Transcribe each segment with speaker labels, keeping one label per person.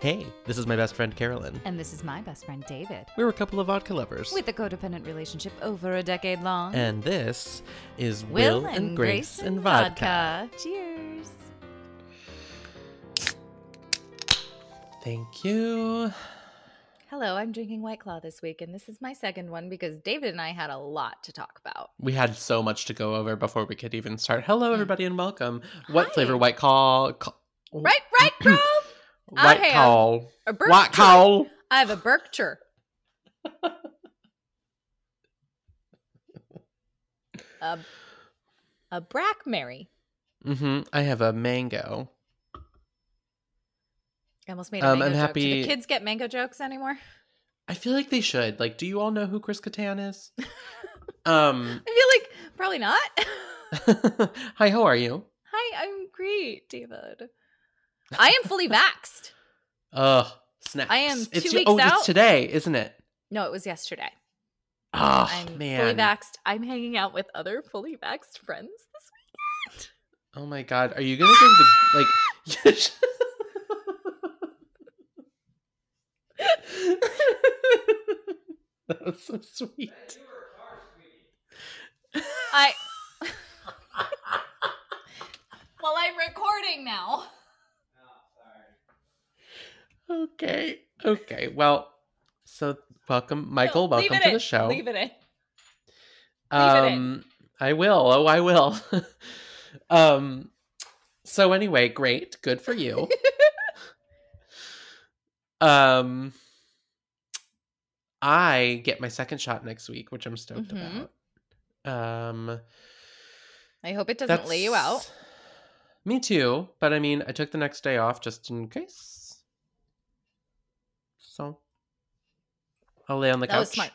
Speaker 1: Hey, this is my best friend Carolyn.
Speaker 2: And this is my best friend, David,
Speaker 1: We were a couple of vodka lovers.
Speaker 2: with a codependent relationship over a decade long.
Speaker 1: and this is Will, and, Grace and vodka.
Speaker 2: Cheers.
Speaker 1: Thank you.
Speaker 2: Hello, I'm drinking White Claw this week, and this is my second one because David and I had a lot to talk about.
Speaker 1: We had so much to go over before we could even start. Hello, everybody, and welcome. What
Speaker 2: Mm. Hi.
Speaker 1: flavor? White call.
Speaker 2: Right, right, bro. I
Speaker 1: White
Speaker 2: have
Speaker 1: call.
Speaker 2: A Berkshire.
Speaker 1: White call.
Speaker 2: I have a Berkshire. a, a Brackmary.
Speaker 1: Mm-hmm. I have a mango.
Speaker 2: I almost made a
Speaker 1: Um, I'm
Speaker 2: mango joke. Do
Speaker 1: happy-
Speaker 2: the kids get mango jokes anymore?
Speaker 1: I feel like they should. Like, do you all know who Chris Kattan is? um.
Speaker 2: I feel like probably not.
Speaker 1: Hi, how are you?
Speaker 2: Hi, I'm great, David. I am fully vaxxed.
Speaker 1: Ugh, snaps.
Speaker 2: I am
Speaker 1: it's
Speaker 2: two
Speaker 1: Oh,
Speaker 2: weeks
Speaker 1: it's
Speaker 2: out.
Speaker 1: today, isn't it?
Speaker 2: No, it was yesterday.
Speaker 1: Oh,
Speaker 2: I'm
Speaker 1: man.
Speaker 2: fully vaxxed. I'm hanging out with other fully vaxxed friends this week.
Speaker 1: Oh my god, are you gonna give the like? you sh- that was so sweet.
Speaker 2: I. well, I'm recording now.
Speaker 1: Okay, okay. Well, so welcome, Michael.
Speaker 2: No, leave
Speaker 1: welcome to
Speaker 2: it in.
Speaker 1: the show.
Speaker 2: Leave it in. leave it in.
Speaker 1: um, I will. Oh, I will. um. So anyway, great. Good for you. um. I get my second shot next week, which I'm stoked
Speaker 2: Mhm.
Speaker 1: about. Um.
Speaker 2: I hope it doesn't lay you out.
Speaker 1: that's- Me too, but I mean, I took the next day off just in case. So I'll lay on the
Speaker 2: That
Speaker 1: couch
Speaker 2: was smart.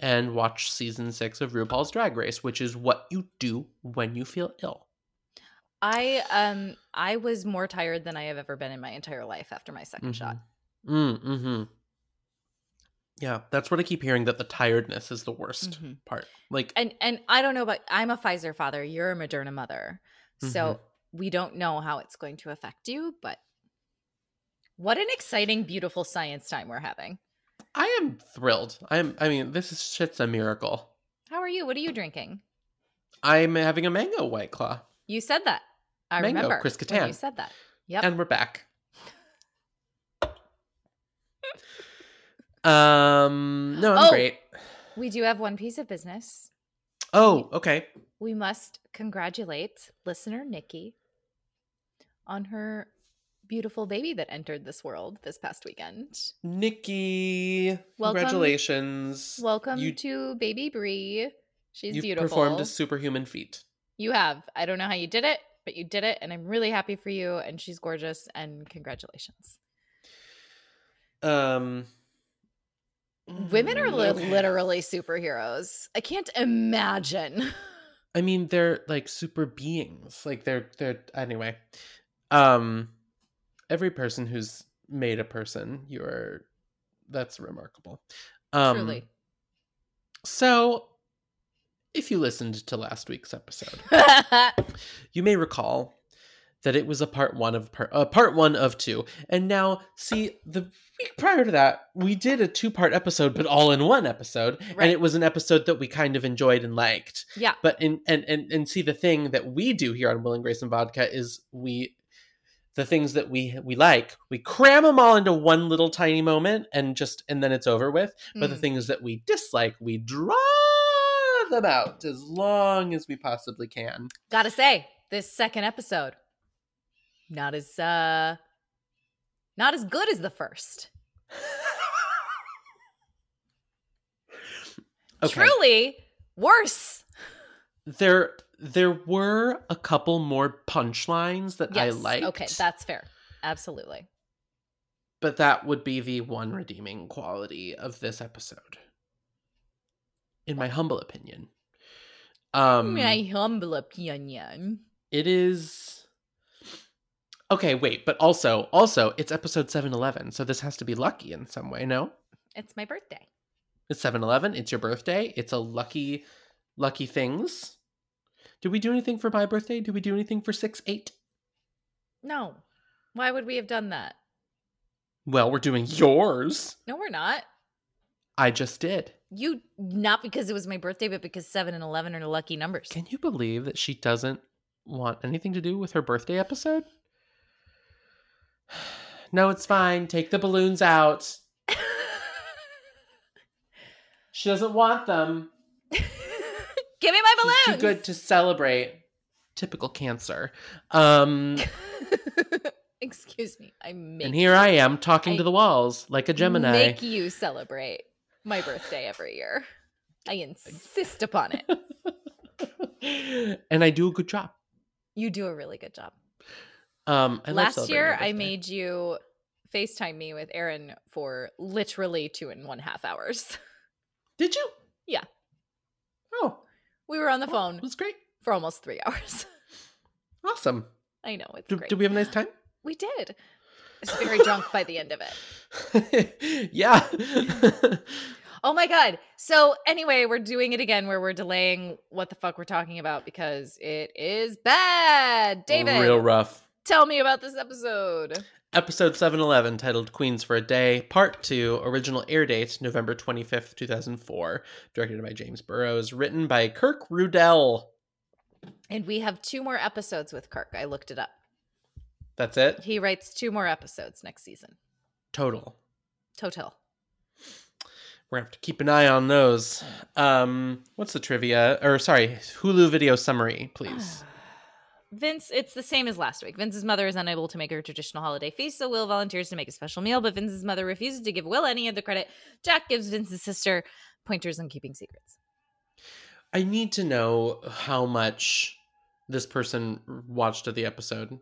Speaker 1: and watch season six of RuPaul's Drag Race, which is what you do when you feel ill.
Speaker 2: I um I was more tired than I have ever been in my entire life after my 2nd
Speaker 1: Mhm.
Speaker 2: shot.
Speaker 1: Mm, hmm Yeah, that's what I keep hearing. That the tiredness is the worst
Speaker 2: Mhm.
Speaker 1: part. Like,
Speaker 2: And and I don't know about I'm a Pfizer father, you're a Moderna mother. So
Speaker 1: Mm-hmm.
Speaker 2: we don't know how it's going to affect you, but what an exciting, beautiful science time we're having.
Speaker 1: I am thrilled. I'm. I mean, this is shit's a miracle.
Speaker 2: How are you? What are you drinking?
Speaker 1: I'm having a mango white claw,
Speaker 2: You said that. I
Speaker 1: Mango,
Speaker 2: remember
Speaker 1: Chris
Speaker 2: when
Speaker 1: Kattan.
Speaker 2: You said that. Yep.
Speaker 1: and we're back. um. No, I'm
Speaker 2: Oh.
Speaker 1: great.
Speaker 2: we do have one piece of business.
Speaker 1: Oh, okay.
Speaker 2: We must congratulate listener Nikki on her beautiful baby that entered this world this past weekend.
Speaker 1: Nikki,
Speaker 2: Welcome-
Speaker 1: congratulations.
Speaker 2: Welcome
Speaker 1: You-
Speaker 2: to baby Bree. She's
Speaker 1: You've
Speaker 2: beautiful.
Speaker 1: performed a superhuman feat.
Speaker 2: You have. I don't know how you did it, but you did it, and I'm really happy for you. And she's gorgeous. And congratulations.
Speaker 1: Um,
Speaker 2: Women are li-
Speaker 1: Mm-hmm. okay.
Speaker 2: literally superheroes. I can't imagine.
Speaker 1: I mean, they're like super beings. Like they're they're anyway. Um, every person who's made a person, you're that's remarkable. Um,
Speaker 2: Truly.
Speaker 1: So, if you listened to last week's episode,
Speaker 2: That's
Speaker 1: you may recall that it was a part one of part, uh, part one of two. And now, see, the week prior to that, we did a two part episode, but all in one episode,
Speaker 2: Right.
Speaker 1: and it was an episode that we kind of enjoyed and liked.
Speaker 2: Yeah.
Speaker 1: But in and and and see, the thing that we do here on Will and Grace and Vodka is we. The things that we we like, we cram them all into one little tiny moment, and just and then it's over with. But the
Speaker 2: Mm.
Speaker 1: things that we dislike, we draw them out as long as we possibly can.
Speaker 2: Gotta say, this second episode, not as uh not as good as the first. Truly worse.
Speaker 1: There there were a couple more punchlines that I
Speaker 2: Yes.
Speaker 1: liked.
Speaker 2: Okay, that's fair. Absolutely.
Speaker 1: but that would be the one redeeming quality of this episode. In my humble opinion. Um
Speaker 2: My humble opinion.
Speaker 1: it is Okay, wait, but also also it's episode 711, so this has to be lucky in some way, no?
Speaker 2: It's my birthday.
Speaker 1: It's 7-Eleven. It's your birthday. It's a lucky, lucky things. Did we do anything for my birthday? Did we do anything for 6-8?
Speaker 2: No. Why would we have done that?
Speaker 1: Well, we're doing yours.
Speaker 2: No, we're not.
Speaker 1: I just did.
Speaker 2: You not because it was my birthday, but because seven and eleven are lucky numbers.
Speaker 1: Can you believe that she doesn't want anything to do with her birthday episode? No, it's fine. Take the balloons out. she doesn't want them.
Speaker 2: Give me my
Speaker 1: She's
Speaker 2: balloons.
Speaker 1: too good to celebrate. Typical cancer. Um,
Speaker 2: Excuse me. I make
Speaker 1: and here I am talking
Speaker 2: I-
Speaker 1: to the walls like a Gemini.
Speaker 2: Make you celebrate my birthday every year. I insist upon it.
Speaker 1: and I do a good job.
Speaker 2: You do a really good job.
Speaker 1: Um, I love
Speaker 2: Last
Speaker 1: celebrating
Speaker 2: year,
Speaker 1: my
Speaker 2: I
Speaker 1: birthday.
Speaker 2: made you FaceTime me with Aaron for literally two and one half hours.
Speaker 1: Did you?
Speaker 2: Yeah.
Speaker 1: Oh,
Speaker 2: We were on the
Speaker 1: well,
Speaker 2: phone
Speaker 1: It was great.
Speaker 2: for almost three hours.
Speaker 1: Awesome.
Speaker 2: I know it's
Speaker 1: Did,
Speaker 2: great.
Speaker 1: did we have a nice time?
Speaker 2: We did. I was very drunk by the end of it.
Speaker 1: yeah.
Speaker 2: Oh my god. So anyway, we're doing it again where we're delaying what the fuck we're talking about because it is bad. David,
Speaker 1: Oh, Real rough.
Speaker 2: tell me about this episode.
Speaker 1: Episode 711, titled Queens for a Day, Part 2, original air date November 25th, 2004, directed by James Burrows, written by Kirk Rudell.
Speaker 2: And we have two more episodes with Kirk. I looked it up.
Speaker 1: That's it?
Speaker 2: He writes two more episodes next season.
Speaker 1: Total.
Speaker 2: Total.
Speaker 1: We're gonna have to keep an eye on those. Um, what's the trivia? Or sorry, Hulu video summary, please.
Speaker 2: Vince, it's the same as last week. Vince's mother is unable to make her traditional holiday feast, so Will volunteers to make a special meal, but Vince's mother refuses to give Will any of the credit. Jack gives Vince's sister pointers on keeping secrets.
Speaker 1: I need to know how much this person watched of the episode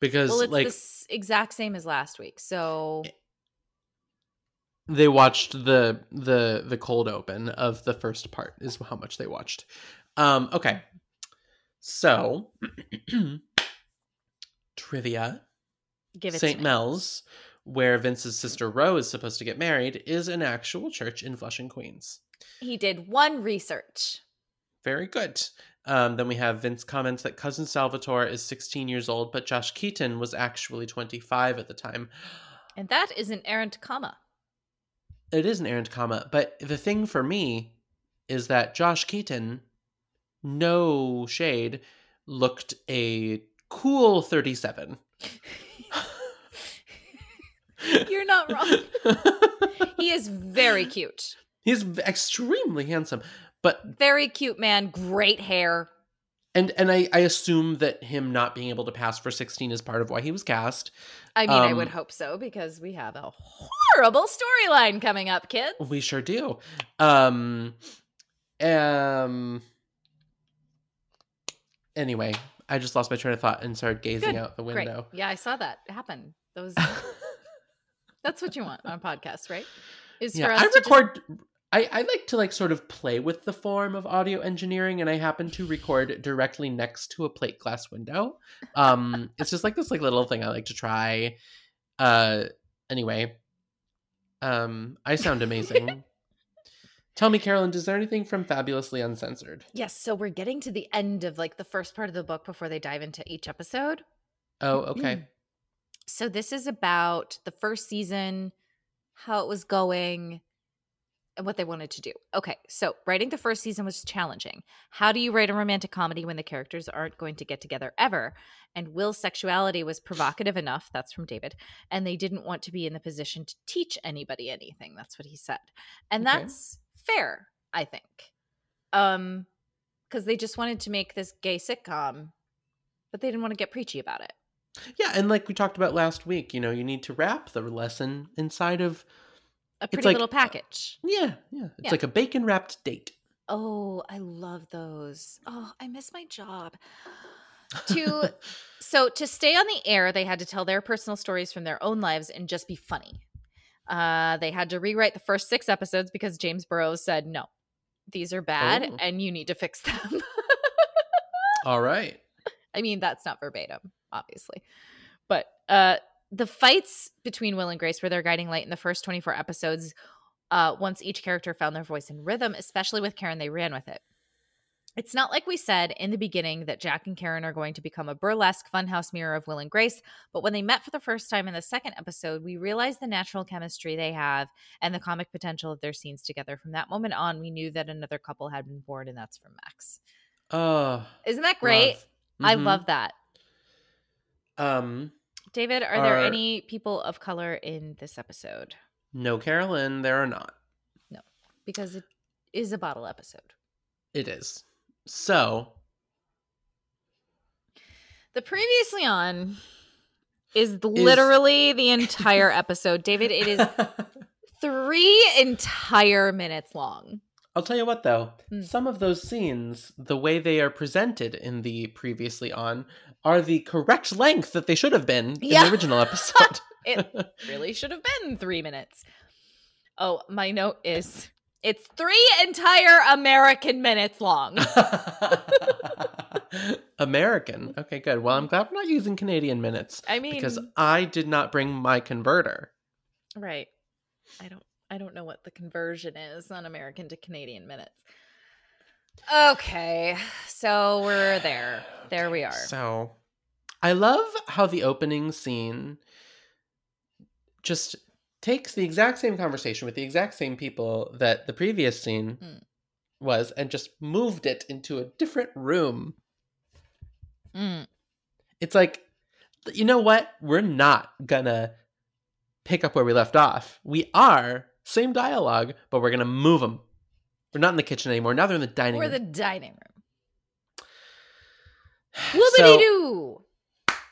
Speaker 1: because,
Speaker 2: Well, it's
Speaker 1: like, Eh,
Speaker 2: the s- exact same as last week. So
Speaker 1: they watched the the the cold open of the first part is how much they watched um okay so trivia
Speaker 2: give it
Speaker 1: st
Speaker 2: to me.
Speaker 1: mel's where vince's sister roe is supposed to get married is an actual church in flushing queens
Speaker 2: He did one research.
Speaker 1: very good um, then we have vince comments that cousin salvatore is 16 years old but josh keaton was actually 25 at the time
Speaker 2: And that is an errant comma.
Speaker 1: it is an errant comma, but the thing for me is that Josh Keaton, no shade, looked a cool 37.
Speaker 2: You're not wrong. he is very cute.
Speaker 1: He's extremely handsome, but
Speaker 2: Very cute man, great hair.
Speaker 1: and and I I assume that him not being able to pass for 16 is part of why he was cast.
Speaker 2: I mean, I would
Speaker 1: Um,
Speaker 2: hope so because we have a horrible storyline coming up, kids.
Speaker 1: We sure do. Um um anyway, I just lost my train of thought and started gazing
Speaker 2: Good.
Speaker 1: out the
Speaker 2: Great.
Speaker 1: window.
Speaker 2: Yeah, I saw that happen. Those that's what you want on a podcast, right? Is
Speaker 1: yeah,
Speaker 2: for us
Speaker 1: I
Speaker 2: to just-
Speaker 1: record. I, I like to like sort of play with the form of audio engineering, and I happen to record directly next to a plate glass window. Um, it's just like this like little thing I like to try. Uh, anyway, um, I sound amazing. Tell me, Carolyn, is there anything from Fabulously Uncensored?
Speaker 2: Yes, so we're getting to the end of like the first part of the book before they dive into each episode.
Speaker 1: Oh, okay.
Speaker 2: So this is about the first season, how it was going, and what they wanted to do. Okay, so writing the first season was challenging. How do you write a romantic comedy when the characters aren't going to get together ever? And Will's sexuality was provocative enough, that's from David, and they didn't want to be in the position to teach anybody anything. That's what he said. And
Speaker 1: Okay.
Speaker 2: that's fair, I think. Um because they just wanted to make this gay sitcom, but they didn't want to get preachy about it.
Speaker 1: Yeah, and like we talked about last week, you know, you need to wrap the lesson inside of
Speaker 2: A pretty
Speaker 1: like- uh,
Speaker 2: little package.
Speaker 1: yeah, yeah. It's
Speaker 2: Yeah.
Speaker 1: like a bacon wrapped date.
Speaker 2: Oh, I love those. Oh, I miss my job. To so to stay on the air, they had to tell their personal stories from their own lives and just be funny. Uh, they had to rewrite the first six episodes because James Burrows said, "No, these are bad,
Speaker 1: Oh.
Speaker 2: and you need to fix them."
Speaker 1: All right.
Speaker 2: I mean, that's not verbatim, obviously. But uh the fights between Will and Grace were their guiding light in the first 24 episodes. Uh, once each character found their voice and rhythm, especially with Karen, they ran with it. It's not like we said in the beginning that Jack and Karen are going to become a burlesque funhouse mirror of Will and Grace, but when they met for the first time in the second episode, we realized the natural chemistry they have and the comic potential of their scenes together. From that moment on, we knew that another couple had been born, and that's from Max.
Speaker 1: Oh,
Speaker 2: Isn't that great?
Speaker 1: love.
Speaker 2: I
Speaker 1: Mhm.
Speaker 2: love that.
Speaker 1: Um,
Speaker 2: David, are there
Speaker 1: Are-
Speaker 2: any people of color in this episode?
Speaker 1: no, Carolyn, there are not.
Speaker 2: Because it is a bottle episode.
Speaker 1: It is so.
Speaker 2: The previously on is literally
Speaker 1: literally
Speaker 2: the entire episode. David, it is three entire minutes long.
Speaker 1: I'll tell you what, though,
Speaker 2: Mm.
Speaker 1: some of those scenes, the way they are presented in the previously on, are the correct length that they should have been in
Speaker 2: Yeah.
Speaker 1: the original episode.
Speaker 2: It really should have been three minutes. Oh, my note is it's three entire American minutes long.
Speaker 1: American. Okay, good. Well, I'm glad we're not using Canadian minutes
Speaker 2: I mean,
Speaker 1: because I did not bring my converter.
Speaker 2: right. I don't. I don't know what the conversion is on American to Canadian minutes. Okay, so we're there. There we are.
Speaker 1: So I love how the opening scene just takes the exact same conversation with the exact same people that the previous scene
Speaker 2: Mm.
Speaker 1: was and just moved it into a different room.
Speaker 2: Mm,
Speaker 1: It's like, you know what? We're not gonna pick up where we left off. We are, same dialogue, but we're gonna move them. We're not in the kitchen anymore. Now they're in the dining
Speaker 2: We're the
Speaker 1: room.
Speaker 2: dining room.
Speaker 1: So-
Speaker 2: Woobity doo.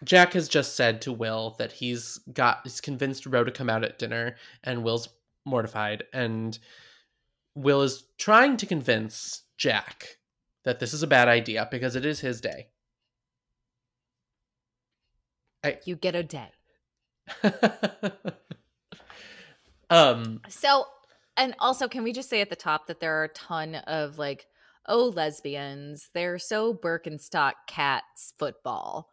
Speaker 1: Jack has just said to Will that he's got he's convinced Roe to come out at dinner, and Will's mortified, and Will is trying to convince Jack that this is a bad idea because it is his day.
Speaker 2: You get a day.
Speaker 1: um
Speaker 2: So, and also, can we just say at the top that there are a ton of like, oh, lesbians. They're so Birkenstock cats football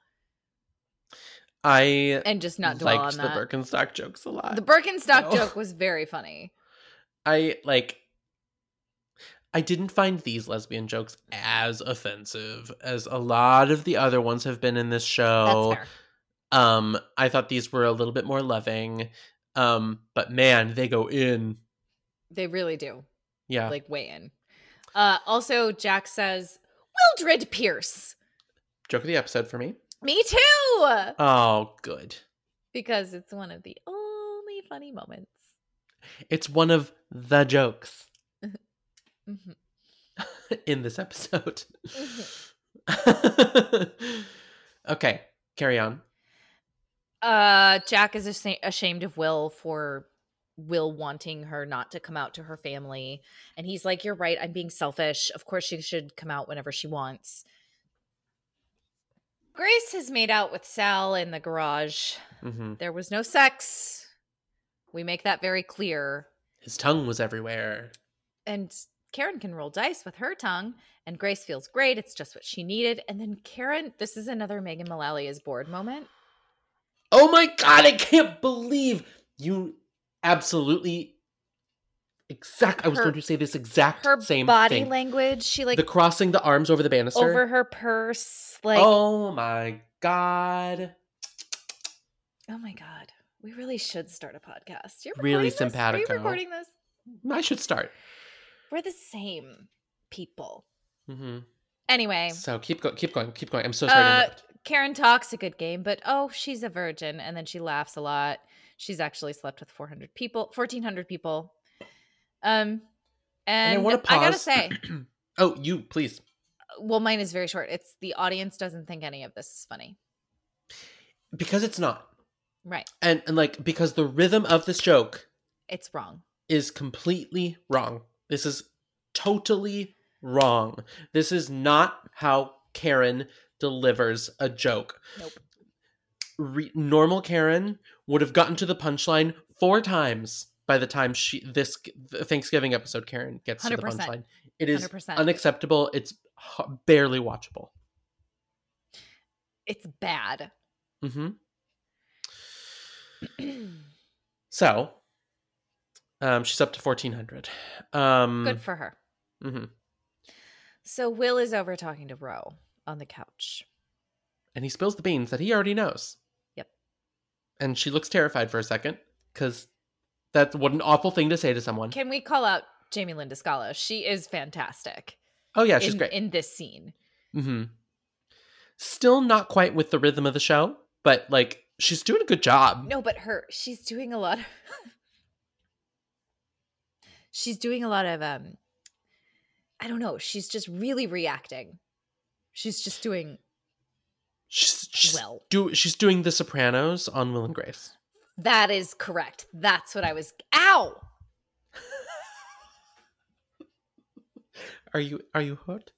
Speaker 1: I
Speaker 2: and just not dwell
Speaker 1: liked
Speaker 2: on
Speaker 1: the
Speaker 2: that.
Speaker 1: Birkenstock jokes a lot.
Speaker 2: the Birkenstock
Speaker 1: No.
Speaker 2: joke was very funny.
Speaker 1: I like I didn't find these lesbian jokes as offensive as a lot of the other ones have been in this show.
Speaker 2: That's fair.
Speaker 1: Um, I thought these were a little bit more loving. Um, but man, they go in.
Speaker 2: They really do
Speaker 1: Yeah.
Speaker 2: like weigh in. Uh, also, Jack says, Wildred Pierce.
Speaker 1: Joke of the episode for me.
Speaker 2: Me too.
Speaker 1: Oh, good.
Speaker 2: Because it's one of the only funny moments.
Speaker 1: It's one of the jokes
Speaker 2: Mhm.
Speaker 1: in this episode.
Speaker 2: Mhm. Mm-hmm.
Speaker 1: okay, carry on.
Speaker 2: Uh, Jack is asa- ashamed of Will for Will wanting her not to come out to her family, and he's like, "You're right. I'm being selfish. Of course, she should come out whenever she wants." Grace has made out with Sal in the garage.
Speaker 1: hmm
Speaker 2: There was no sex. We make that very clear.
Speaker 1: His tongue was everywhere.
Speaker 2: And Karen can roll dice with her tongue, and Grace feels great. It's just what she needed. And then Karen, this is another Megan Mullally is bored moment.
Speaker 1: Oh my god, I can't believe you absolutely exact I was
Speaker 2: Her-
Speaker 1: going to say this exact
Speaker 2: Her
Speaker 1: same
Speaker 2: body
Speaker 1: thing.
Speaker 2: language, she like
Speaker 1: the crossing the arms over the banister.
Speaker 2: over her purse. Like, oh.
Speaker 1: oh my god.
Speaker 2: oh my god, we really should start a podcast. You're
Speaker 1: Really
Speaker 2: recording this? Are you
Speaker 1: simpatico.
Speaker 2: recording this?
Speaker 1: I should start.
Speaker 2: We're the same people.
Speaker 1: hmm
Speaker 2: Anyway,
Speaker 1: So keep going, keep going, keep going. I'm so sorry. to
Speaker 2: Uh,
Speaker 1: interrupt.
Speaker 2: Karen talks a good game, but oh, she's a virgin, and then she laughs a lot. She's actually slept with 400 people, 1400 people. Um,
Speaker 1: And,
Speaker 2: and,
Speaker 1: I want to pause.
Speaker 2: gotta say,
Speaker 1: oh, you please.
Speaker 2: well, mine is very short. It's the audience doesn't think any of this is funny,
Speaker 1: Because it's not.
Speaker 2: right?
Speaker 1: And and like because the rhythm of this joke
Speaker 2: It's wrong.
Speaker 1: is completely wrong. This is totally wrong. This is not how Karen delivers a joke.
Speaker 2: Nope.
Speaker 1: Re- normal Karen would have gotten to the punchline four times by the time she this the Thanksgiving episode Karen gets to the
Speaker 2: 100%.
Speaker 1: punchline. It is
Speaker 2: 100%.
Speaker 1: unacceptable. It's h- barely watchable.
Speaker 2: it's bad.
Speaker 1: Mm-hmm. So, um, she's up to fourteen hundred. Um,
Speaker 2: good for her.
Speaker 1: mhm.
Speaker 2: So Will is over talking to Ro on the couch.
Speaker 1: And he spills the beans that he already knows.
Speaker 2: Yep.
Speaker 1: And she looks terrified for a second because that's what an awful thing to say to someone.
Speaker 2: Can we call out Jamie Lynn Descala? She is fantastic.
Speaker 1: oh, yeah, she's
Speaker 2: in,
Speaker 1: great.
Speaker 2: in this scene.
Speaker 1: hmm Still not quite with the rhythm of the show, but like she's doing a good job.
Speaker 2: No, but her she's doing a lot of She's doing a lot of um I don't know, she's just really reacting. She's just doing
Speaker 1: She's, she's,
Speaker 2: well.
Speaker 1: do, she's doing The Sopranos on Will and Grace.
Speaker 2: That is correct. That's what I was Ow!
Speaker 1: Are you are you hooked?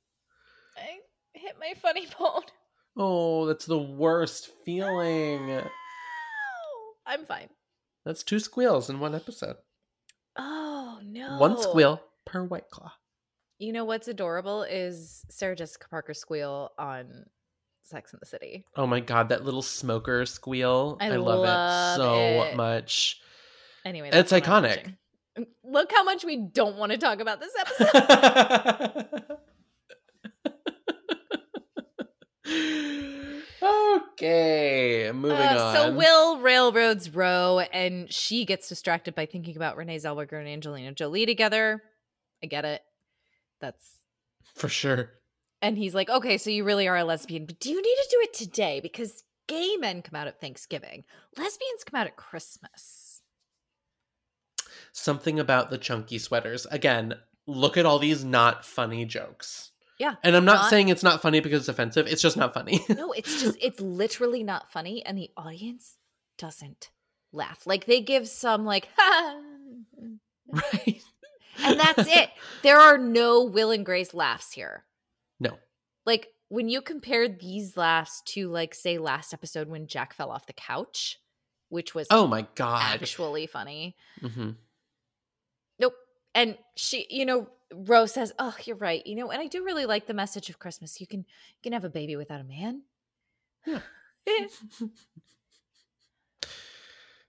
Speaker 2: I hit my funny bone.
Speaker 1: Oh, that's the worst feeling.
Speaker 2: Ow! I'm fine.
Speaker 1: That's two squeals in one episode.
Speaker 2: Oh no.
Speaker 1: One squeal per white claw.
Speaker 2: You know what's adorable is Sarah Jessica Parker squeal on Sex in the City.
Speaker 1: Oh my god, that little smoker squeal.
Speaker 2: I
Speaker 1: I, love,
Speaker 2: love
Speaker 1: it so
Speaker 2: it.
Speaker 1: much.
Speaker 2: Anyway,
Speaker 1: It's
Speaker 2: that's what I'm
Speaker 1: iconic.
Speaker 2: watching. Mm, Look how much we don't want to talk about this episode.
Speaker 1: okay, moving
Speaker 2: Uh,
Speaker 1: on.
Speaker 2: So Will railroads Roe, and she gets distracted by thinking about Renee Zellweger and Angelina Jolie together. I get it. That's
Speaker 1: for sure.
Speaker 2: and he's like, okay, so you really are a lesbian, but do you need to do it today because gay men come out at Thanksgiving, lesbians come out at Christmas.
Speaker 1: Something about the chunky sweaters. Again, look at all these not funny jokes.
Speaker 2: Yeah,
Speaker 1: And I'm not,
Speaker 2: not-
Speaker 1: saying it's not funny because it's offensive. It's just not funny.
Speaker 2: No, it's just it's literally not funny, and the audience doesn't laugh. Like they give some like,
Speaker 1: right.
Speaker 2: and that's it. There are no Will and Grace laughs here.
Speaker 1: No.
Speaker 2: Like when you compare these laughs to like say last episode when Jack fell off the couch, which was
Speaker 1: Oh my god.
Speaker 2: actually funny.
Speaker 1: hmm
Speaker 2: Nope. And she, you know, Rose says, "Oh, you're right. You know, and I do really like the message of Christmas. You can you can have a baby without a man."
Speaker 1: Yeah.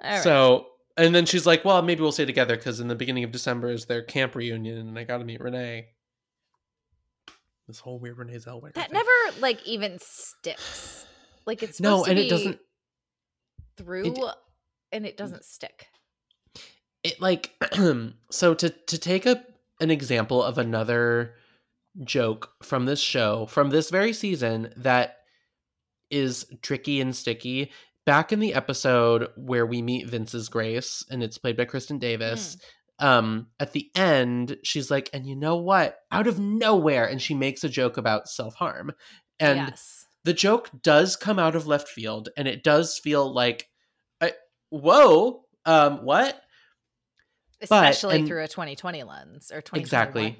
Speaker 2: All right.
Speaker 1: So, and then she's like, "Well, maybe we'll stay together because in the beginning of December is their camp reunion, and I got to meet Renee." This whole weird Renee Zellweger.
Speaker 2: that
Speaker 1: thing.
Speaker 2: never like even sticks. Like it's
Speaker 1: No,
Speaker 2: supposed to
Speaker 1: and
Speaker 2: be
Speaker 1: it doesn't.
Speaker 2: through, and it doesn't stick.
Speaker 1: It like so to to take a an example of another joke from this show from this very season that is tricky and sticky. Back in the episode where we meet Vince's Grace, and it's played by Kristen Davis. um at the end she's like and you know what out of nowhere and she makes a joke about self-harm and
Speaker 2: yes,
Speaker 1: the joke does come out of left field and it does feel like I, whoa um what
Speaker 2: especially
Speaker 1: and-
Speaker 2: through a 2020 lens or 2021.
Speaker 1: Exactly.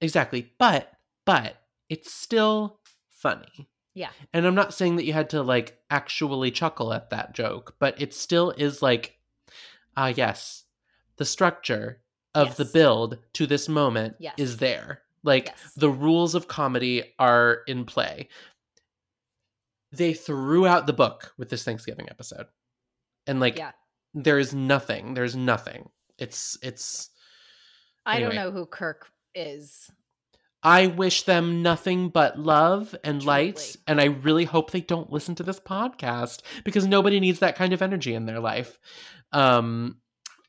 Speaker 1: exactly but but it's still funny
Speaker 2: Yeah.
Speaker 1: and i'm not saying that you had to like actually chuckle at that joke but it still is like ah yes the structure of the
Speaker 2: Yes.
Speaker 1: build to this moment
Speaker 2: Yes.
Speaker 1: is there like
Speaker 2: Yes.
Speaker 1: the rules of comedy are in play they threw out the book with this thanksgiving episode and like
Speaker 2: yeah.
Speaker 1: there is nothing there's nothing it's it's
Speaker 2: I don't
Speaker 1: anyway.
Speaker 2: know who Kirk is.
Speaker 1: I wish them nothing but love and lights,
Speaker 2: Truly.
Speaker 1: and I really hope they don't listen to this podcast because nobody needs that kind of energy in their life. Um,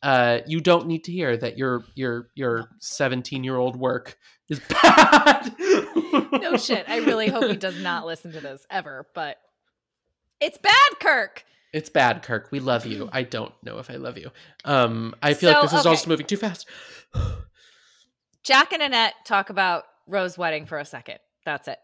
Speaker 1: uh, you don't need to hear that your your your seventeen year old work is bad.
Speaker 2: No shit. I really hope he does not listen to this ever, but it's bad, Kirk.
Speaker 1: It's bad, Kirk. We love you. I don't know if I love you. Um, I feel like
Speaker 2: So,
Speaker 1: this is all
Speaker 2: okay.
Speaker 1: just moving too fast.
Speaker 2: Jack and Annette talk about Rose's wedding for a second. That's it.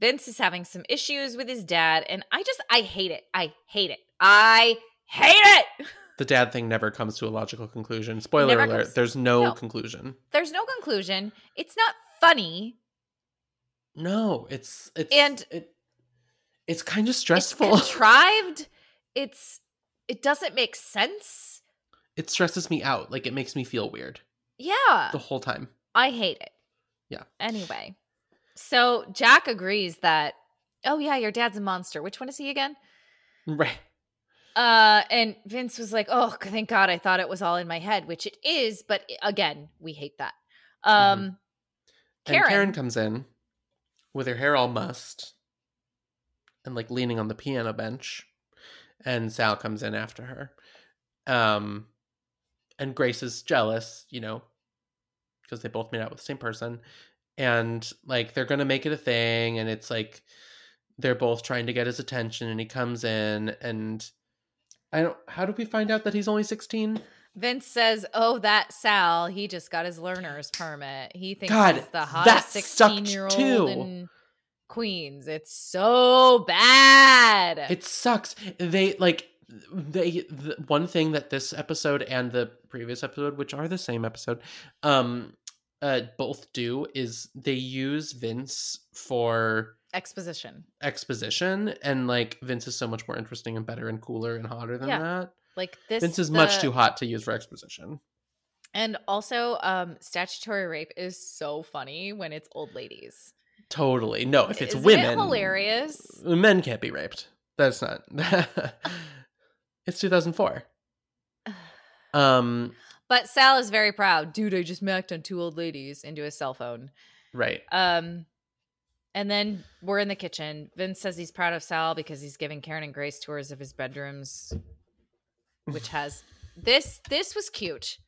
Speaker 2: Vince is having some issues with his dad, and I just, I hate it. I hate it. I hate it.
Speaker 1: The dad thing never comes to a logical conclusion. Spoiler
Speaker 2: Never
Speaker 1: alert:
Speaker 2: comes-
Speaker 1: there's no,
Speaker 2: no.
Speaker 1: conclusion.
Speaker 2: There's no conclusion. It's not funny.
Speaker 1: No, it's it's
Speaker 2: And-
Speaker 1: it, it's kind of
Speaker 2: It's
Speaker 1: stressful.
Speaker 2: contrived. It's, it doesn't make sense.
Speaker 1: it stresses me out. Like it makes me feel weird
Speaker 2: Yeah.
Speaker 1: the whole time.
Speaker 2: I hate it.
Speaker 1: Yeah.
Speaker 2: Anyway, so Jack agrees that, oh, yeah, your dad's a monster. Which one is he again?
Speaker 1: Right.
Speaker 2: Uh, and Vince was like, "Oh, g- thank God! I thought it was all in my head, which it
Speaker 1: Mm-hmm.
Speaker 2: is, but i- again, we hate that." Um, Karen,
Speaker 1: And Karen comes in with her hair all mussed and like leaning on the piano bench. And Sal comes in after her. Um, and Grace is jealous, you know, because they both made out with the same person. And like they're going to make it a thing. And it's like they're both trying to get his attention. And he comes in. And I don't, how do we find out that he's only 16?
Speaker 2: Vince says, "Oh, that Sal, he just got his learner's permit. He thinks
Speaker 1: God,
Speaker 2: he's the
Speaker 1: that
Speaker 2: hottest
Speaker 1: sucked too.
Speaker 2: sixteen-year-old in Queens. It's so bad.
Speaker 1: It sucks. They like, they, the one thing that this episode and the previous episode, which are the same episode, um, uh, both do is they use Vince for
Speaker 2: Exposition,
Speaker 1: exposition and like Vince is so much more interesting and better and cooler and hotter than
Speaker 2: Yeah.
Speaker 1: that.
Speaker 2: like this.
Speaker 1: Vince is much
Speaker 2: the-
Speaker 1: too hot to use for exposition.
Speaker 2: And also, um, statutory rape is so funny when it's old ladies.
Speaker 1: Totally. No, Oh, if it's
Speaker 2: Isn't it
Speaker 1: women, uh,
Speaker 2: hilarious.
Speaker 1: Men can't be raped. That's not. it's 2004. Um,
Speaker 2: But Sal is very proud. Dude, I just macked on two old ladies into his cell phone.
Speaker 1: right.
Speaker 2: Um, and then we're in the kitchen. Vince says he's proud of Sal because he's giving Karen and Grace tours of his bedrooms, which has this. This was cute.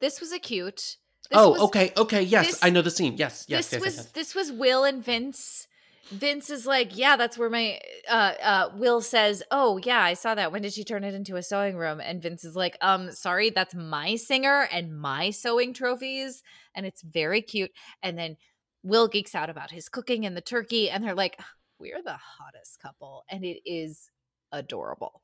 Speaker 2: This was a cute. This
Speaker 1: oh,
Speaker 2: was,
Speaker 1: okay, okay. Yes,
Speaker 2: this-
Speaker 1: I know the scene. Yes, yes,
Speaker 2: this
Speaker 1: yes,
Speaker 2: was
Speaker 1: yes, yes.
Speaker 2: this was Will and Vince. Vince is like, yeah, that's where my uh uh Will says, "Oh, yeah, I saw that. When did she turn it into a sewing room?" And Vince is like, "Um, sorry, that's my singer and my sewing trophies." And it's very cute. And then Will geeks out about his cooking and the turkey and they're like, "We're the hottest couple." And it is adorable.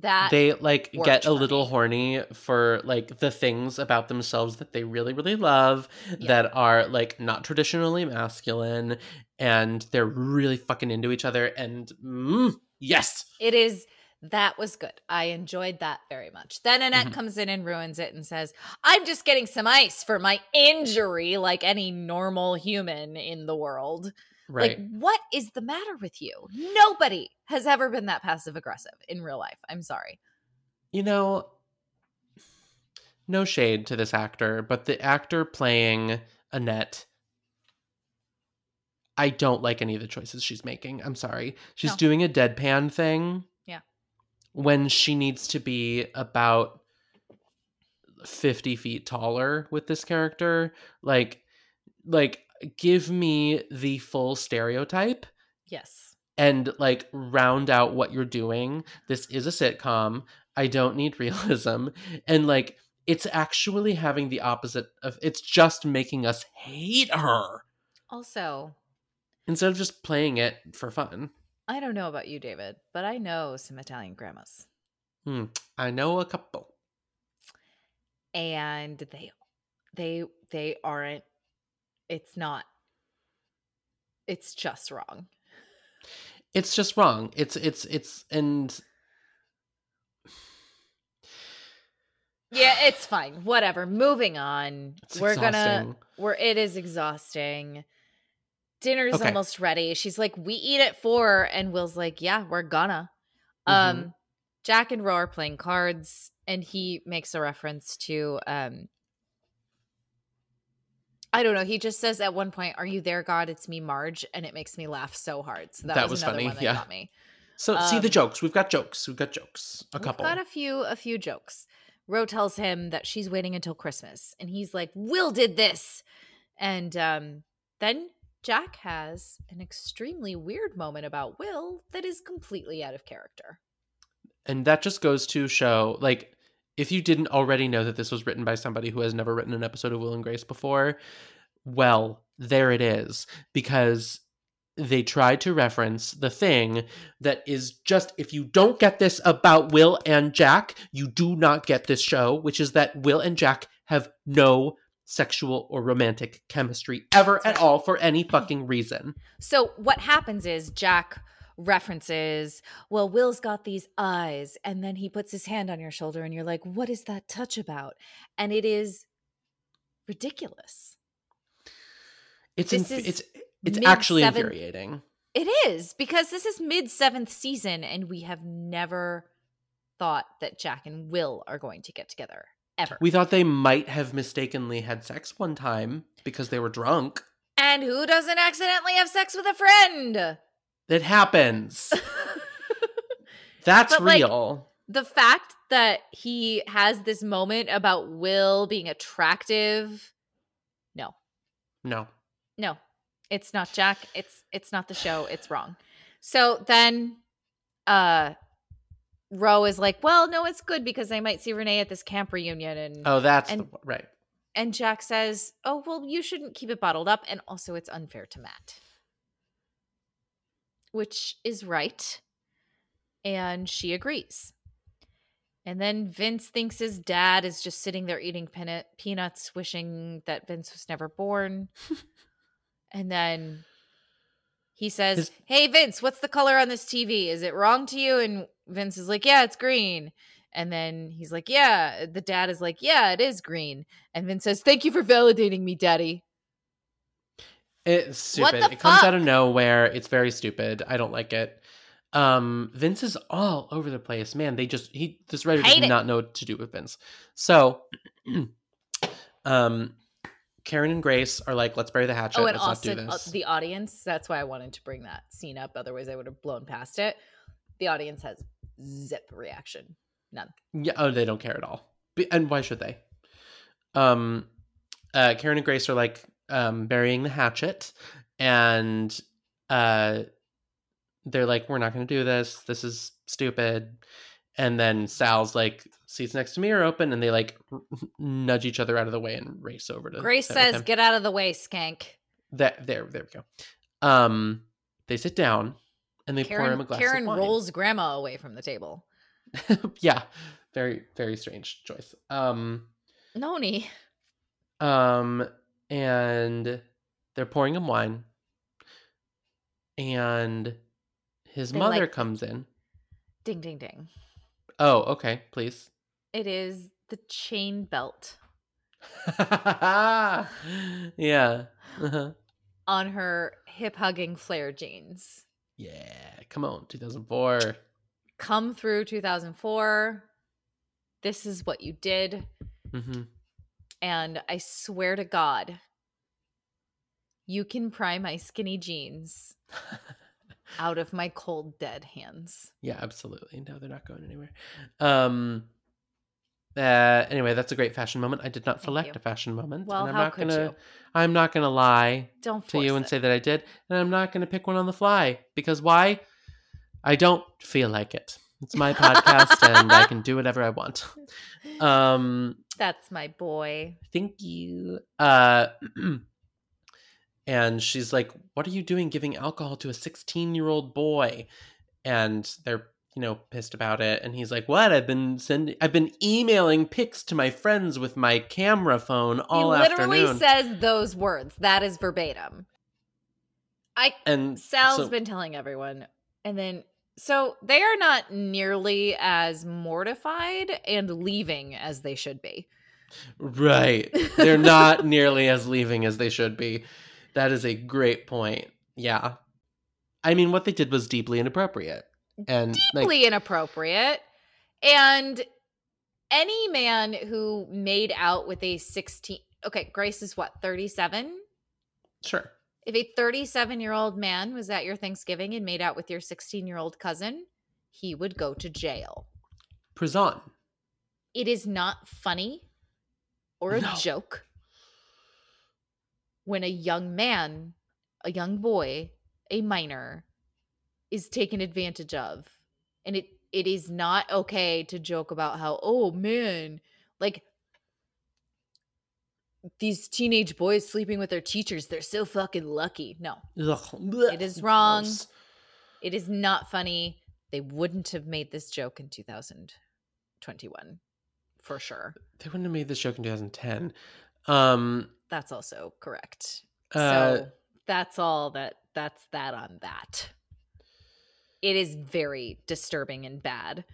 Speaker 2: That
Speaker 1: They like
Speaker 2: worked
Speaker 1: get a
Speaker 2: for
Speaker 1: little
Speaker 2: me.
Speaker 1: horny for like the things about themselves that they really, really love
Speaker 2: Yeah.
Speaker 1: that are like not traditionally masculine, and they're really fucking into each other. And mm, yes,
Speaker 2: It is that was good. I enjoyed that very much. Then Annette
Speaker 1: Mhm.
Speaker 2: comes in and ruins it and says, "I'm just getting some ice for my injury like any normal human in the world."
Speaker 1: right.
Speaker 2: Like what is the matter with you? Nobody has ever been that passive aggressive in real life. I'm sorry.
Speaker 1: you know, no shade to this actor, but the actor playing Annette, I don't like any of the choices she's making. I'm sorry. She's
Speaker 2: No.
Speaker 1: doing a deadpan thing.
Speaker 2: Yeah.
Speaker 1: When she needs to be about 50 feet taller with this character. Like, like, give me the full stereotype
Speaker 2: Yes.
Speaker 1: and like round out what you're doing. This is a sitcom. I don't need realism. And like it's actually having the opposite of it's just making us hate her
Speaker 2: Also,
Speaker 1: instead of just playing it for fun.
Speaker 2: I don't know about you, David, but I know some Italian grandmas.
Speaker 1: I know a couple.
Speaker 2: and they they they aren't it's not it's just wrong
Speaker 1: It's just wrong. It's it's it's and
Speaker 2: yeah it's fine whatever moving on
Speaker 1: it's
Speaker 2: we're gonna
Speaker 1: exhausting.
Speaker 2: we're it is exhausting dinner's
Speaker 1: Okay.
Speaker 2: almost ready she's like we eat at four and will's like yeah we're gonna
Speaker 1: Mhm.
Speaker 2: um jack and roe are playing cards and he makes a reference to um I don't know. He just says at one point, "Are you there, God? It's me, Marge," and it makes me laugh so hard. So that,
Speaker 1: That
Speaker 2: was,
Speaker 1: was
Speaker 2: another
Speaker 1: funny,
Speaker 2: One that
Speaker 1: yeah.
Speaker 2: got me.
Speaker 1: So see the
Speaker 2: um,
Speaker 1: jokes. We've got jokes. We've got jokes. A couple.
Speaker 2: We've got a few a few jokes. Ro tells him that she's waiting until Christmas, and he's like, "Will did this," and um, then Jack has an extremely weird moment about Will that is completely out of character.
Speaker 1: and that just goes to show like if you didn't already know that this was written by somebody who has never written an episode of will and grace before well there it is because they tried to reference the thing that is just if you don't get this about will and jack you do not get this show which is that will and jack have no sexual or romantic chemistry ever at all for any fucking reason
Speaker 2: So what happens is Jack references, well, Will's got these eyes, and then he puts his hand on your shoulder, and you're like, "What is that touch about?" And it is ridiculous.
Speaker 1: it's
Speaker 2: This
Speaker 1: inf-
Speaker 2: is
Speaker 1: it's it's actually
Speaker 2: mid-seventh-
Speaker 1: infuriating
Speaker 2: It is because this is mid seventh season, and we have never thought that Jack and Will are going to get together ever.
Speaker 1: We thought they might have mistakenly had sex one time because they were drunk.
Speaker 2: And who doesn't accidentally have sex with a friend?
Speaker 1: That happens. That's
Speaker 2: But, like,
Speaker 1: real.
Speaker 2: the fact that he has this moment about Will being attractive,
Speaker 1: no.
Speaker 2: no, it's not Jack. It's it's not the show. It's wrong. So then, uh, Roe is like, well, no, it's good because I might see Renee at this camp reunion, and
Speaker 1: Oh, that's the
Speaker 2: And-
Speaker 1: one. right.
Speaker 2: and Jack says, oh, well, you shouldn't keep it bottled up, and also it's unfair to Matt, which is right, and she agrees. And then Vince thinks his dad is just sitting there eating peanut, peanuts, wishing that Vince was never born. and then he says,
Speaker 1: His-
Speaker 2: Hey, Vince, what's the color on this TV? Is it wrong to you? And Vince is like, Yeah, it's green. And then he's like, Yeah. The dad is like, Yeah, it is green. And Vince says, Thank you for validating me, daddy.
Speaker 1: It's
Speaker 2: What
Speaker 1: stupid.
Speaker 2: the
Speaker 1: It comes
Speaker 2: fuck?
Speaker 1: out of nowhere. It's very stupid. I don't like it. Um, Vince is all over the place. Man, they just he this writer
Speaker 2: Hate it.
Speaker 1: does not know what to do with Vince. So um Karen and Grace are like, let's bury the hatchet,
Speaker 2: oh, and
Speaker 1: let's
Speaker 2: also
Speaker 1: not do
Speaker 2: uh,
Speaker 1: this.
Speaker 2: the audience. That's why I wanted to bring that scene up. Otherwise, I would have blown past it. The audience has zip reaction.
Speaker 1: Yeah, oh, they don't care at all. B- And why should they? Um, uh, Karen and Grace are like um, burying the hatchet, and uh, they're like, "We're not going to do this. This is stupid." And then Sal's like, seats next to me are open, and they like r- nudge each other out of the way and race over to.
Speaker 2: Grace
Speaker 1: sit with
Speaker 2: says,
Speaker 1: him.
Speaker 2: Get out of the way, skank.
Speaker 1: "That there, there we go." Um, they sit down, and they pour him a
Speaker 2: Karen,
Speaker 1: glass. of
Speaker 2: Karen
Speaker 1: wine.
Speaker 2: rolls grandma away from the table.
Speaker 1: yeah, very very strange choice. Um.
Speaker 2: Noni.
Speaker 1: Um, and they're pouring him wine, and his
Speaker 2: They
Speaker 1: mother
Speaker 2: like-
Speaker 1: comes in.
Speaker 2: Ding, ding, ding.
Speaker 1: Oh, okay, please.
Speaker 2: It is the chain belt
Speaker 1: yeah. Uh-huh.
Speaker 2: on her hip hugging flare jeans.
Speaker 1: Yeah. Come on, 2004.
Speaker 2: Come through 2004. This is what you did.
Speaker 1: hmm
Speaker 2: And I swear to God, you can pry my skinny jeans out of my cold, dead hands.
Speaker 1: yeah, absolutely. No, they're not going anywhere. Um. Uh, anyway, that's a great fashion moment. I did not
Speaker 2: Thank
Speaker 1: select
Speaker 2: you.
Speaker 1: a fashion moment.
Speaker 2: Well,
Speaker 1: and I'm
Speaker 2: how
Speaker 1: not
Speaker 2: could
Speaker 1: gonna,
Speaker 2: you?
Speaker 1: I'm not gonna lie.
Speaker 2: Don't
Speaker 1: to
Speaker 2: force
Speaker 1: you and
Speaker 2: it.
Speaker 1: say that I did, and I'm not going to pick one on the fly because why? I don't feel like it. It's my podcast, and I can do whatever I want. Um,
Speaker 2: That's my boy.
Speaker 1: thank you. Uh, and she's like, "What are you doing, giving alcohol to a 16 year old boy?" And they're you know pissed about it. And he's like, "What? I've been sending, I've been emailing pics to my friends with my camera phone all
Speaker 2: he literally
Speaker 1: afternoon."
Speaker 2: says those words. That is verbatim. I
Speaker 1: and
Speaker 2: Sal's
Speaker 1: so-
Speaker 2: been telling everyone. And then so they are not nearly as mortified and leaving as they should be.
Speaker 1: Right. They're not nearly as leaving as they should be. That is a great point. Yeah. I mean, what they did was deeply inappropriate. And like,
Speaker 2: Deeply inappropriate. And any man who made out with a 16 Okay, Grace is what? 37?
Speaker 1: sure.
Speaker 2: If a 37-year-old man was at your Thanksgiving and made out with your 16-year-old cousin, he would go to jail.
Speaker 1: Prison.
Speaker 2: it is not funny or a
Speaker 1: No.
Speaker 2: joke when a young man, a young boy, a minor is taken advantage of. And it it is not okay to joke about how, oh man, like these teenage boys sleeping with their teachers, they're so fucking lucky. No,
Speaker 1: Ugh.
Speaker 2: It is wrong.
Speaker 1: Gross.
Speaker 2: it is not funny. They wouldn't have made this joke in 2021 for sure.
Speaker 1: They wouldn't have made this joke in 2010. Um,
Speaker 2: That's also correct.
Speaker 1: uh,
Speaker 2: so that's all that that's that on that. It is very disturbing and bad.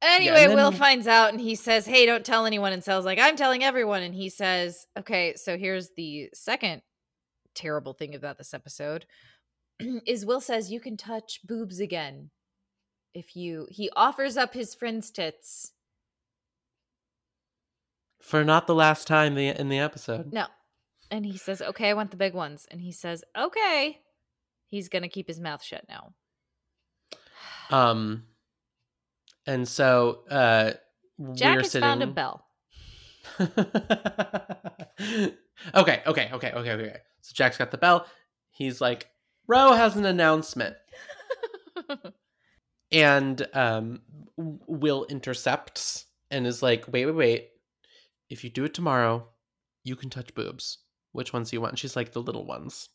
Speaker 2: Anyway,
Speaker 1: and
Speaker 2: Will
Speaker 1: then-
Speaker 2: finds out and he says, Hey, don't tell anyone. And Sal's like, I'm telling everyone. And he says, Okay, so here's the second terrible thing about this episode is Will says you can touch boobs again if you he offers up his friend's tits.
Speaker 1: for not the last time the, in the episode.
Speaker 2: No. And he says, "Okay, I want the big ones." And he says, "Okay." He's going to keep his mouth shut now.
Speaker 1: Um, and so uh,
Speaker 2: Jack
Speaker 1: we're
Speaker 2: has
Speaker 1: sitting.
Speaker 2: found a bell.
Speaker 1: okay, okay, okay, okay, okay. So Jack's got the bell. He's like, Ro has an announcement, and um, W- Will intercepts and is like, wait, wait, wait. If you do it tomorrow, you can touch boobs. Which ones do you want? And she's like, the little ones.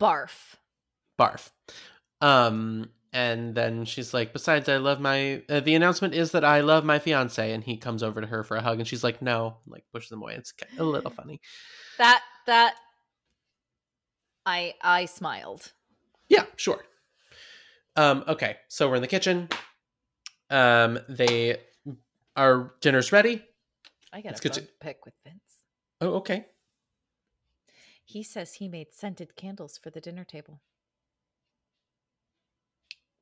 Speaker 2: Barf.
Speaker 1: barf um and then she's like besides i love my uh, the announcement is that i love my fiance and he comes over to her for a hug and she's like no and, like pushes him away it's ki- a little funny
Speaker 2: That that I I smiled.
Speaker 1: yeah sure um okay so we're in the kitchen um they our dinner's ready
Speaker 2: I got
Speaker 1: It's
Speaker 2: a
Speaker 1: good
Speaker 2: bone
Speaker 1: to-
Speaker 2: pick with Vince.
Speaker 1: oh okay
Speaker 2: He says he made scented candles for the dinner table.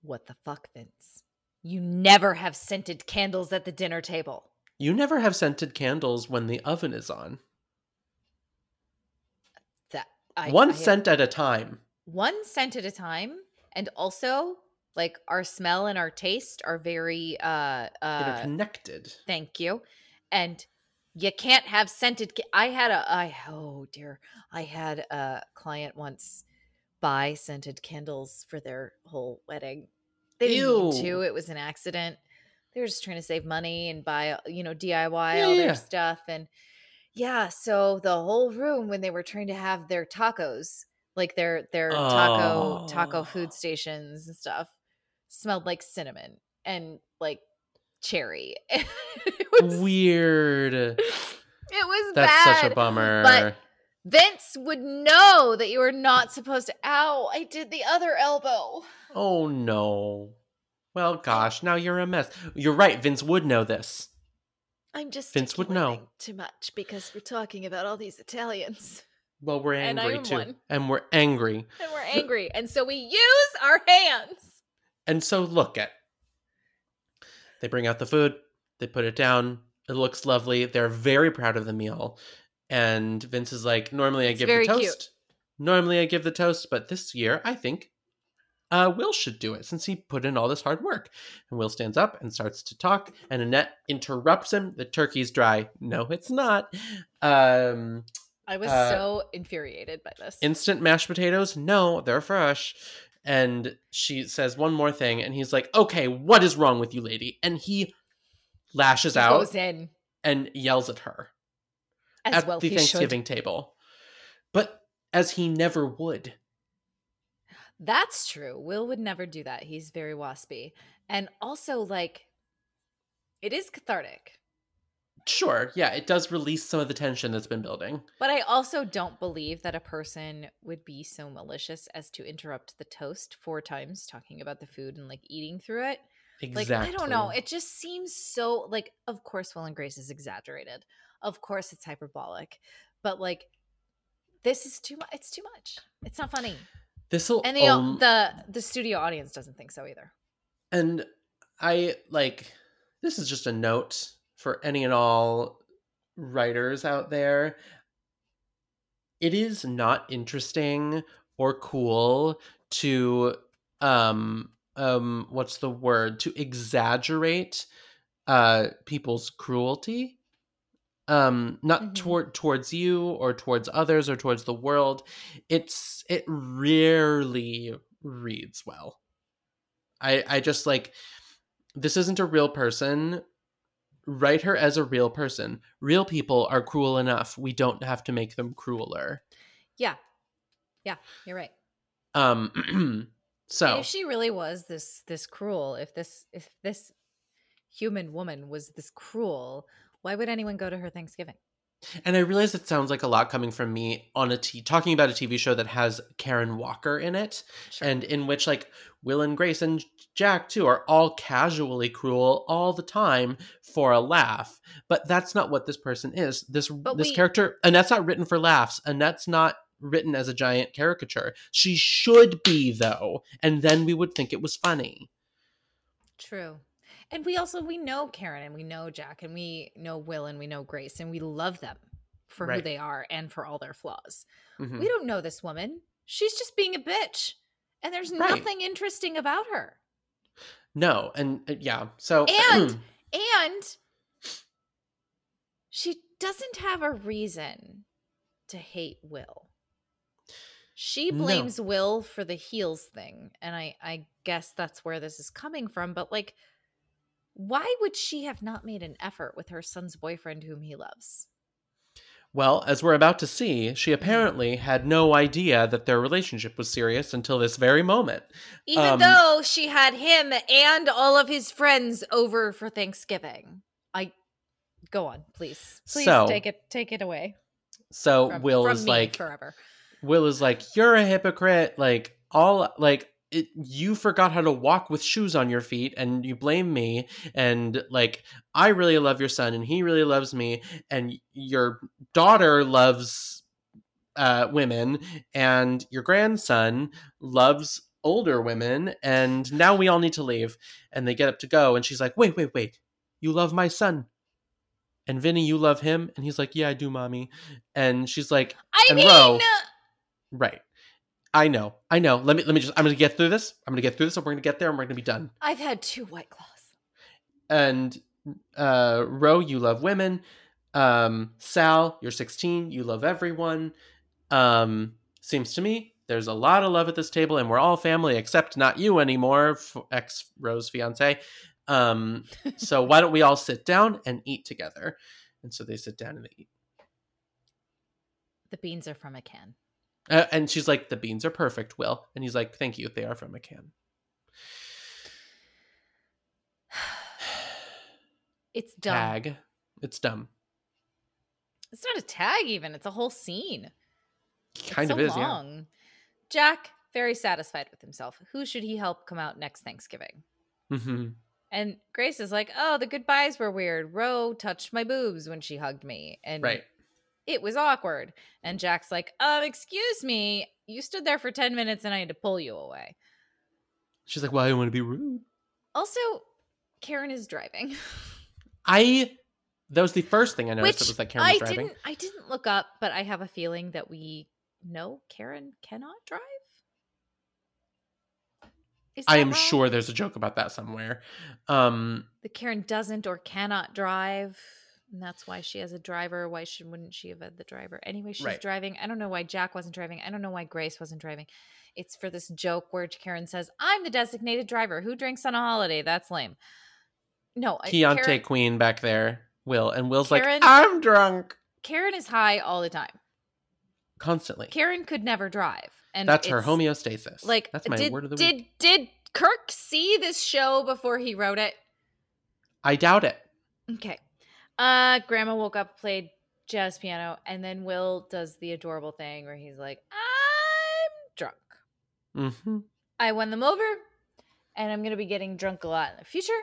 Speaker 2: What the fuck, Vince? You never have scented candles at the dinner table.
Speaker 1: you never have scented candles when the oven is on
Speaker 2: That I,
Speaker 1: one
Speaker 2: I have-
Speaker 1: scent at a time
Speaker 2: one scent at a time, and also like our smell and our taste are very uh uh
Speaker 1: interconnected
Speaker 2: Thank you. And you can't have scented. ca- I had a, I, oh dear. I had a client once buy scented candles for their whole wedding. They didn't need
Speaker 1: Ew.
Speaker 2: to. It was an accident. They were just trying to save money and buy, you know, DIY
Speaker 1: Yeah,
Speaker 2: all
Speaker 1: yeah, yeah.
Speaker 2: their stuff. And yeah, so the whole room when they were trying to have their tacos, like their their taco
Speaker 1: Oh.
Speaker 2: taco food stations and stuff, smelled like cinnamon and like cherry. it was,
Speaker 1: weird
Speaker 2: it was
Speaker 1: that's
Speaker 2: bad.
Speaker 1: such a bummer
Speaker 2: but Vince would know that you were not supposed to. Ow! I did the other elbow.
Speaker 1: Oh no. Well, gosh, now you're a mess. You're right. Vince would know this.
Speaker 2: I'm just
Speaker 1: Vince would know.
Speaker 2: gesticulating too much because we're talking about all these Italians
Speaker 1: Well, we're
Speaker 2: And
Speaker 1: angry
Speaker 2: I'm
Speaker 1: too.
Speaker 2: one.
Speaker 1: And we're angry.
Speaker 2: and we're angry, and so we use our hands.
Speaker 1: And so look at. They bring out the food, they put it down. It looks lovely. They're very proud of the meal. And Vince is like, normally I
Speaker 2: It's
Speaker 1: give
Speaker 2: very
Speaker 1: the
Speaker 2: cute.
Speaker 1: toast. Normally I give the toast, but this year I think uh, Will should do it since he put in all this hard work. And Will stands up and starts to talk, and Annette interrupts him. The turkey's dry. No, it's not. Um,
Speaker 2: I was
Speaker 1: Uh,
Speaker 2: so infuriated by this.
Speaker 1: instant mashed potatoes no they're fresh and she says one more thing and he's like okay what is wrong with you lady and he lashes
Speaker 2: He
Speaker 1: out
Speaker 2: goes in
Speaker 1: and yells at her
Speaker 2: as
Speaker 1: at
Speaker 2: well.
Speaker 1: the
Speaker 2: he
Speaker 1: thanksgiving table but as he never would
Speaker 2: should. That's true. Will would never do that. He's very waspy, and also like, it is cathartic.
Speaker 1: sure yeah it does release some of the tension that's been building
Speaker 2: But I also don't believe that a person would be so malicious as to interrupt the toast four times talking about the food and like eating through it.
Speaker 1: exactly
Speaker 2: Like, I don't know. It just seems so like, of course, Will and Grace is exaggerated. Of course, it's hyperbolic. But like, this is too much. It's too much. It's not funny.
Speaker 1: this will
Speaker 2: And the, the, the studio audience doesn't think so either.
Speaker 1: And I like this is just a note for any and all writers out there. It is not interesting or cool to um um what's the word to exaggerate uh people's cruelty um not
Speaker 2: Mhm.
Speaker 1: toward towards you or towards others or towards the world it's it rarely reads well I I just like this isn't a real person. Write her as a real person. Real people are cruel enough. We don't have to make them crueler.
Speaker 2: Yeah. Yeah. You're right.
Speaker 1: Um
Speaker 2: And
Speaker 1: so
Speaker 2: if she really was this this cruel, if this if this human woman was this cruel, why would anyone go to her Thanksgiving?
Speaker 1: and I realize it sounds like a lot coming from me on a t- talking about a TV show that has Karen Walker in it
Speaker 2: Sure.
Speaker 1: and in which like Will and Grace and Jack too are all casually cruel all the time for a laugh. But that's not what this person is. This this
Speaker 2: we-
Speaker 1: character and that's not written for laughs and that's not written as a giant caricature. She should be though, and then we would think it was funny.
Speaker 2: True. And we also we know Karen and we know Jack and we know Will and we know Grace and we love them. for who
Speaker 1: Right.
Speaker 2: they are and for all their flaws.
Speaker 1: Mhm.
Speaker 2: We don't know this woman. She's just being a bitch. And there's
Speaker 1: Right.
Speaker 2: nothing interesting about her.
Speaker 1: No, and uh, yeah, so
Speaker 2: And- And she doesn't have a reason to hate Will. She
Speaker 1: No.
Speaker 2: blames Will for the heels thing, and I I guess that's where this is coming from, but like why would she have not made an effort with her son's boyfriend whom he loves?
Speaker 1: well, as we're about to see, she apparently had no idea that their relationship was serious until this very moment.
Speaker 2: Even
Speaker 1: Um,
Speaker 2: though she had him and all of his friends over for Thanksgiving. I go on, please. Please
Speaker 1: So-
Speaker 2: take it take it away.
Speaker 1: So
Speaker 2: From,
Speaker 1: Will
Speaker 2: from
Speaker 1: is
Speaker 2: me
Speaker 1: like,
Speaker 2: forever.
Speaker 1: Will is like, you're a hypocrite. Like all like it, you forgot how to walk with shoes on your feet, and you blame me. And like I really love your son, and he really loves me, and your daughter loves uh, women, and your grandson loves older women. And now we all need to leave. And they get up to go, and she's like, wait, wait, wait, you love my son. And Vinny, you love him? And he's like, Yeah, I do, mommy. And she's like,
Speaker 2: I
Speaker 1: and
Speaker 2: mean
Speaker 1: Ro- Right. I know. I know. Let me let me just I'm gonna get through this. I'm gonna get through this and we're gonna get there and we're gonna be done.
Speaker 2: I've had two white claws.
Speaker 1: And uh Ro, you love women. Um Sal, you're 16, you love everyone. Um seems to me there's a lot of love at this table and we're all family except not you anymore, f- ex Rose fiance. Um so why don't we all sit down and eat together? And so they sit down and they eat.
Speaker 2: The beans are from a can.
Speaker 1: Uh, and she's like, the beans are perfect, Will. And he's like, thank you. They are from a can.
Speaker 2: It's dumb.
Speaker 1: Tag. It's dumb.
Speaker 2: It's not a tag even. It's a whole scene. It's
Speaker 1: Kind
Speaker 2: so
Speaker 1: of is, yeah.
Speaker 2: long. Jack very satisfied with himself. Who should he help come out next Thanksgiving?
Speaker 1: Mhm.
Speaker 2: And Grace is like, "Oh, the goodbyes were weird. Ro touched my boobs when she hugged me, and
Speaker 1: Right.
Speaker 2: it was awkward." And Jack's like, "Um, excuse me, you stood there for ten minutes, and I had to pull you away."
Speaker 1: She's like, well, I don't want to be rude.
Speaker 2: Also, Karen is driving.
Speaker 1: I. That was the first thing I noticed.
Speaker 2: Which
Speaker 1: it was that Karen was
Speaker 2: I
Speaker 1: driving.
Speaker 2: didn't I didn't look up, but I have a feeling that we know Karen cannot drive. Is
Speaker 1: I
Speaker 2: that
Speaker 1: am
Speaker 2: wrong?
Speaker 1: sure there's a joke about that somewhere. Um,
Speaker 2: that Karen doesn't or cannot drive. And that's why she has a driver. Why should wouldn't she have had the driver? Anyway, she's
Speaker 1: Right.
Speaker 2: driving. I don't know why Jack wasn't driving. I don't know why Grace wasn't driving. It's for this joke where Karen says, I'm the designated driver. Who drinks on a holiday? That's lame. No, I-
Speaker 1: Keontae
Speaker 2: Karen,
Speaker 1: Queen back there, Will. And Will's
Speaker 2: Karen-
Speaker 1: like, I'm drunk.
Speaker 2: Karen is high all the time.
Speaker 1: Constantly.
Speaker 2: Karen could never drive. And
Speaker 1: That's her
Speaker 2: it's-
Speaker 1: homeostasis.
Speaker 2: Like,
Speaker 1: That's my
Speaker 2: did,
Speaker 1: word of the
Speaker 2: did,
Speaker 1: week.
Speaker 2: Did Kirk see this show before he wrote it?
Speaker 1: I doubt it.
Speaker 2: Okay. Uh, Grandma woke up, played jazz piano, and then Will does the adorable thing where he's like, "I'm drunk.
Speaker 1: hmm
Speaker 2: I won them over, and I'm gonna be getting drunk a lot in the future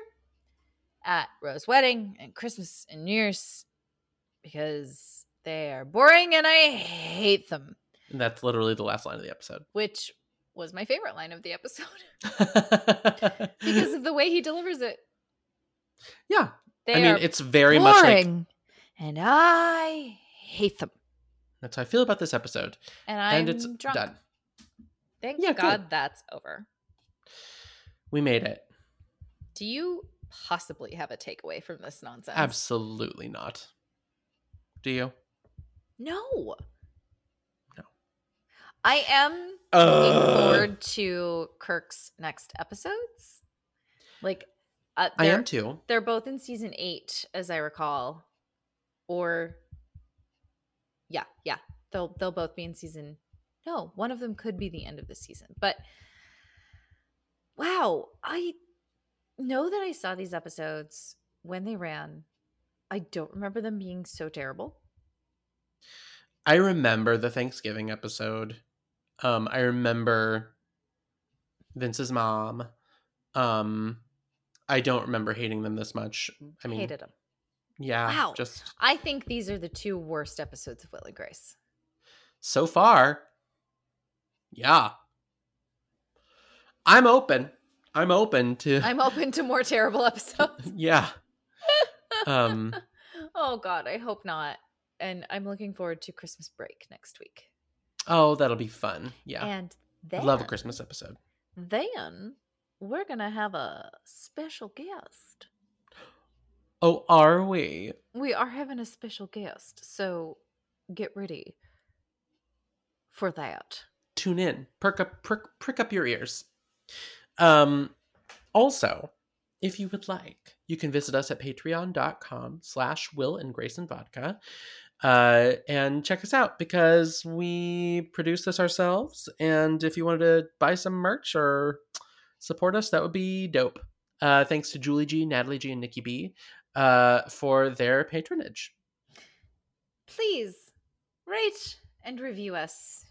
Speaker 2: at Rose's wedding and Christmas and New Year's because they are boring and I hate them."
Speaker 1: And that's literally the last line of the episode.
Speaker 2: Which was my favorite line of the episode because
Speaker 1: because
Speaker 2: of the way he delivers it.
Speaker 1: yeah,
Speaker 2: They
Speaker 1: I mean,
Speaker 2: are
Speaker 1: it's very much like
Speaker 2: boring, and I hate them.
Speaker 1: that's how I feel about this episode,
Speaker 2: And I'm
Speaker 1: and it's
Speaker 2: drunk.
Speaker 1: done.
Speaker 2: Thank
Speaker 1: Yeah, good.
Speaker 2: God that's over.
Speaker 1: We made it.
Speaker 2: Do you possibly have a takeaway from this nonsense?
Speaker 1: Absolutely not. Do you?
Speaker 2: No.
Speaker 1: No.
Speaker 2: I am looking forward to Kirk's next episodes. Like, uh,
Speaker 1: I
Speaker 2: they're,
Speaker 1: am too.
Speaker 2: they're both in season eight, as I recall. Or, yeah, yeah, they'll they'll both be in season. No, one of them could be the end of the season. But wow, I know that I saw these episodes when they ran. I don't remember them being so terrible.
Speaker 1: I remember the Thanksgiving episode. Um, I remember Vince's mom. Um, I don't remember hating them this much. I mean,
Speaker 2: hated them.
Speaker 1: yeah,
Speaker 2: Wow.
Speaker 1: just
Speaker 2: I think these are the two worst episodes of Will and Grace.
Speaker 1: so far. Yeah, I'm open. I'm open to.
Speaker 2: I'm open to more terrible episodes.
Speaker 1: yeah. Um.
Speaker 2: Oh God, I hope not. and I'm looking forward to Christmas break next week.
Speaker 1: Oh, that'll be fun. Yeah.
Speaker 2: And
Speaker 1: I
Speaker 2: then,
Speaker 1: Love a Christmas episode.
Speaker 2: Then we're gonna have a special guest.
Speaker 1: Oh, are we?
Speaker 2: We are having a special guest, so get ready for that.
Speaker 1: Tune in. Perk up prick, prick up your ears. Um also, if you would like, you can visit us at patreon.com slash will and grace and vodka. Uh, and check us out because we produce this ourselves. And if you wanted to buy some merch or support us, that would be dope. Uh, thanks to Julie G, Natalie G, and Nikki B uh, for their patronage.
Speaker 2: Please rate and review us.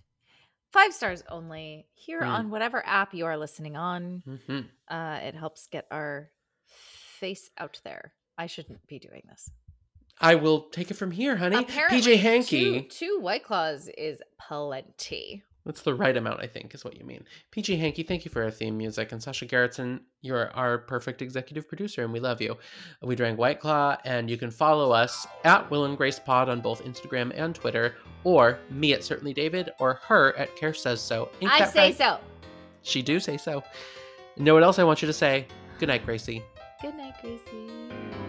Speaker 2: Five stars only here
Speaker 1: Mm.
Speaker 2: on whatever app you are listening on.
Speaker 1: hmm
Speaker 2: Uh, it helps get our face out there. I shouldn't be doing this.
Speaker 1: I will take it from here, honey.
Speaker 2: Apparently,
Speaker 1: PJ Hankey.
Speaker 2: Two, two White Claws is plenty.
Speaker 1: That's the right amount, I think, is what you mean. PG Hankey, thank you for our theme music. And Sasha Garrettson, you're our perfect executive producer, and we love you. We drank White Claw, and you can follow us at Will and Grace Pod on both Instagram and Twitter, or me at Certainly David, or her at Care Says So. Ain't
Speaker 2: I
Speaker 1: that
Speaker 2: say
Speaker 1: right?
Speaker 2: so.
Speaker 1: She do say so. You know what else I want you to say? Good night, Gracie.
Speaker 2: Good night, Gracie.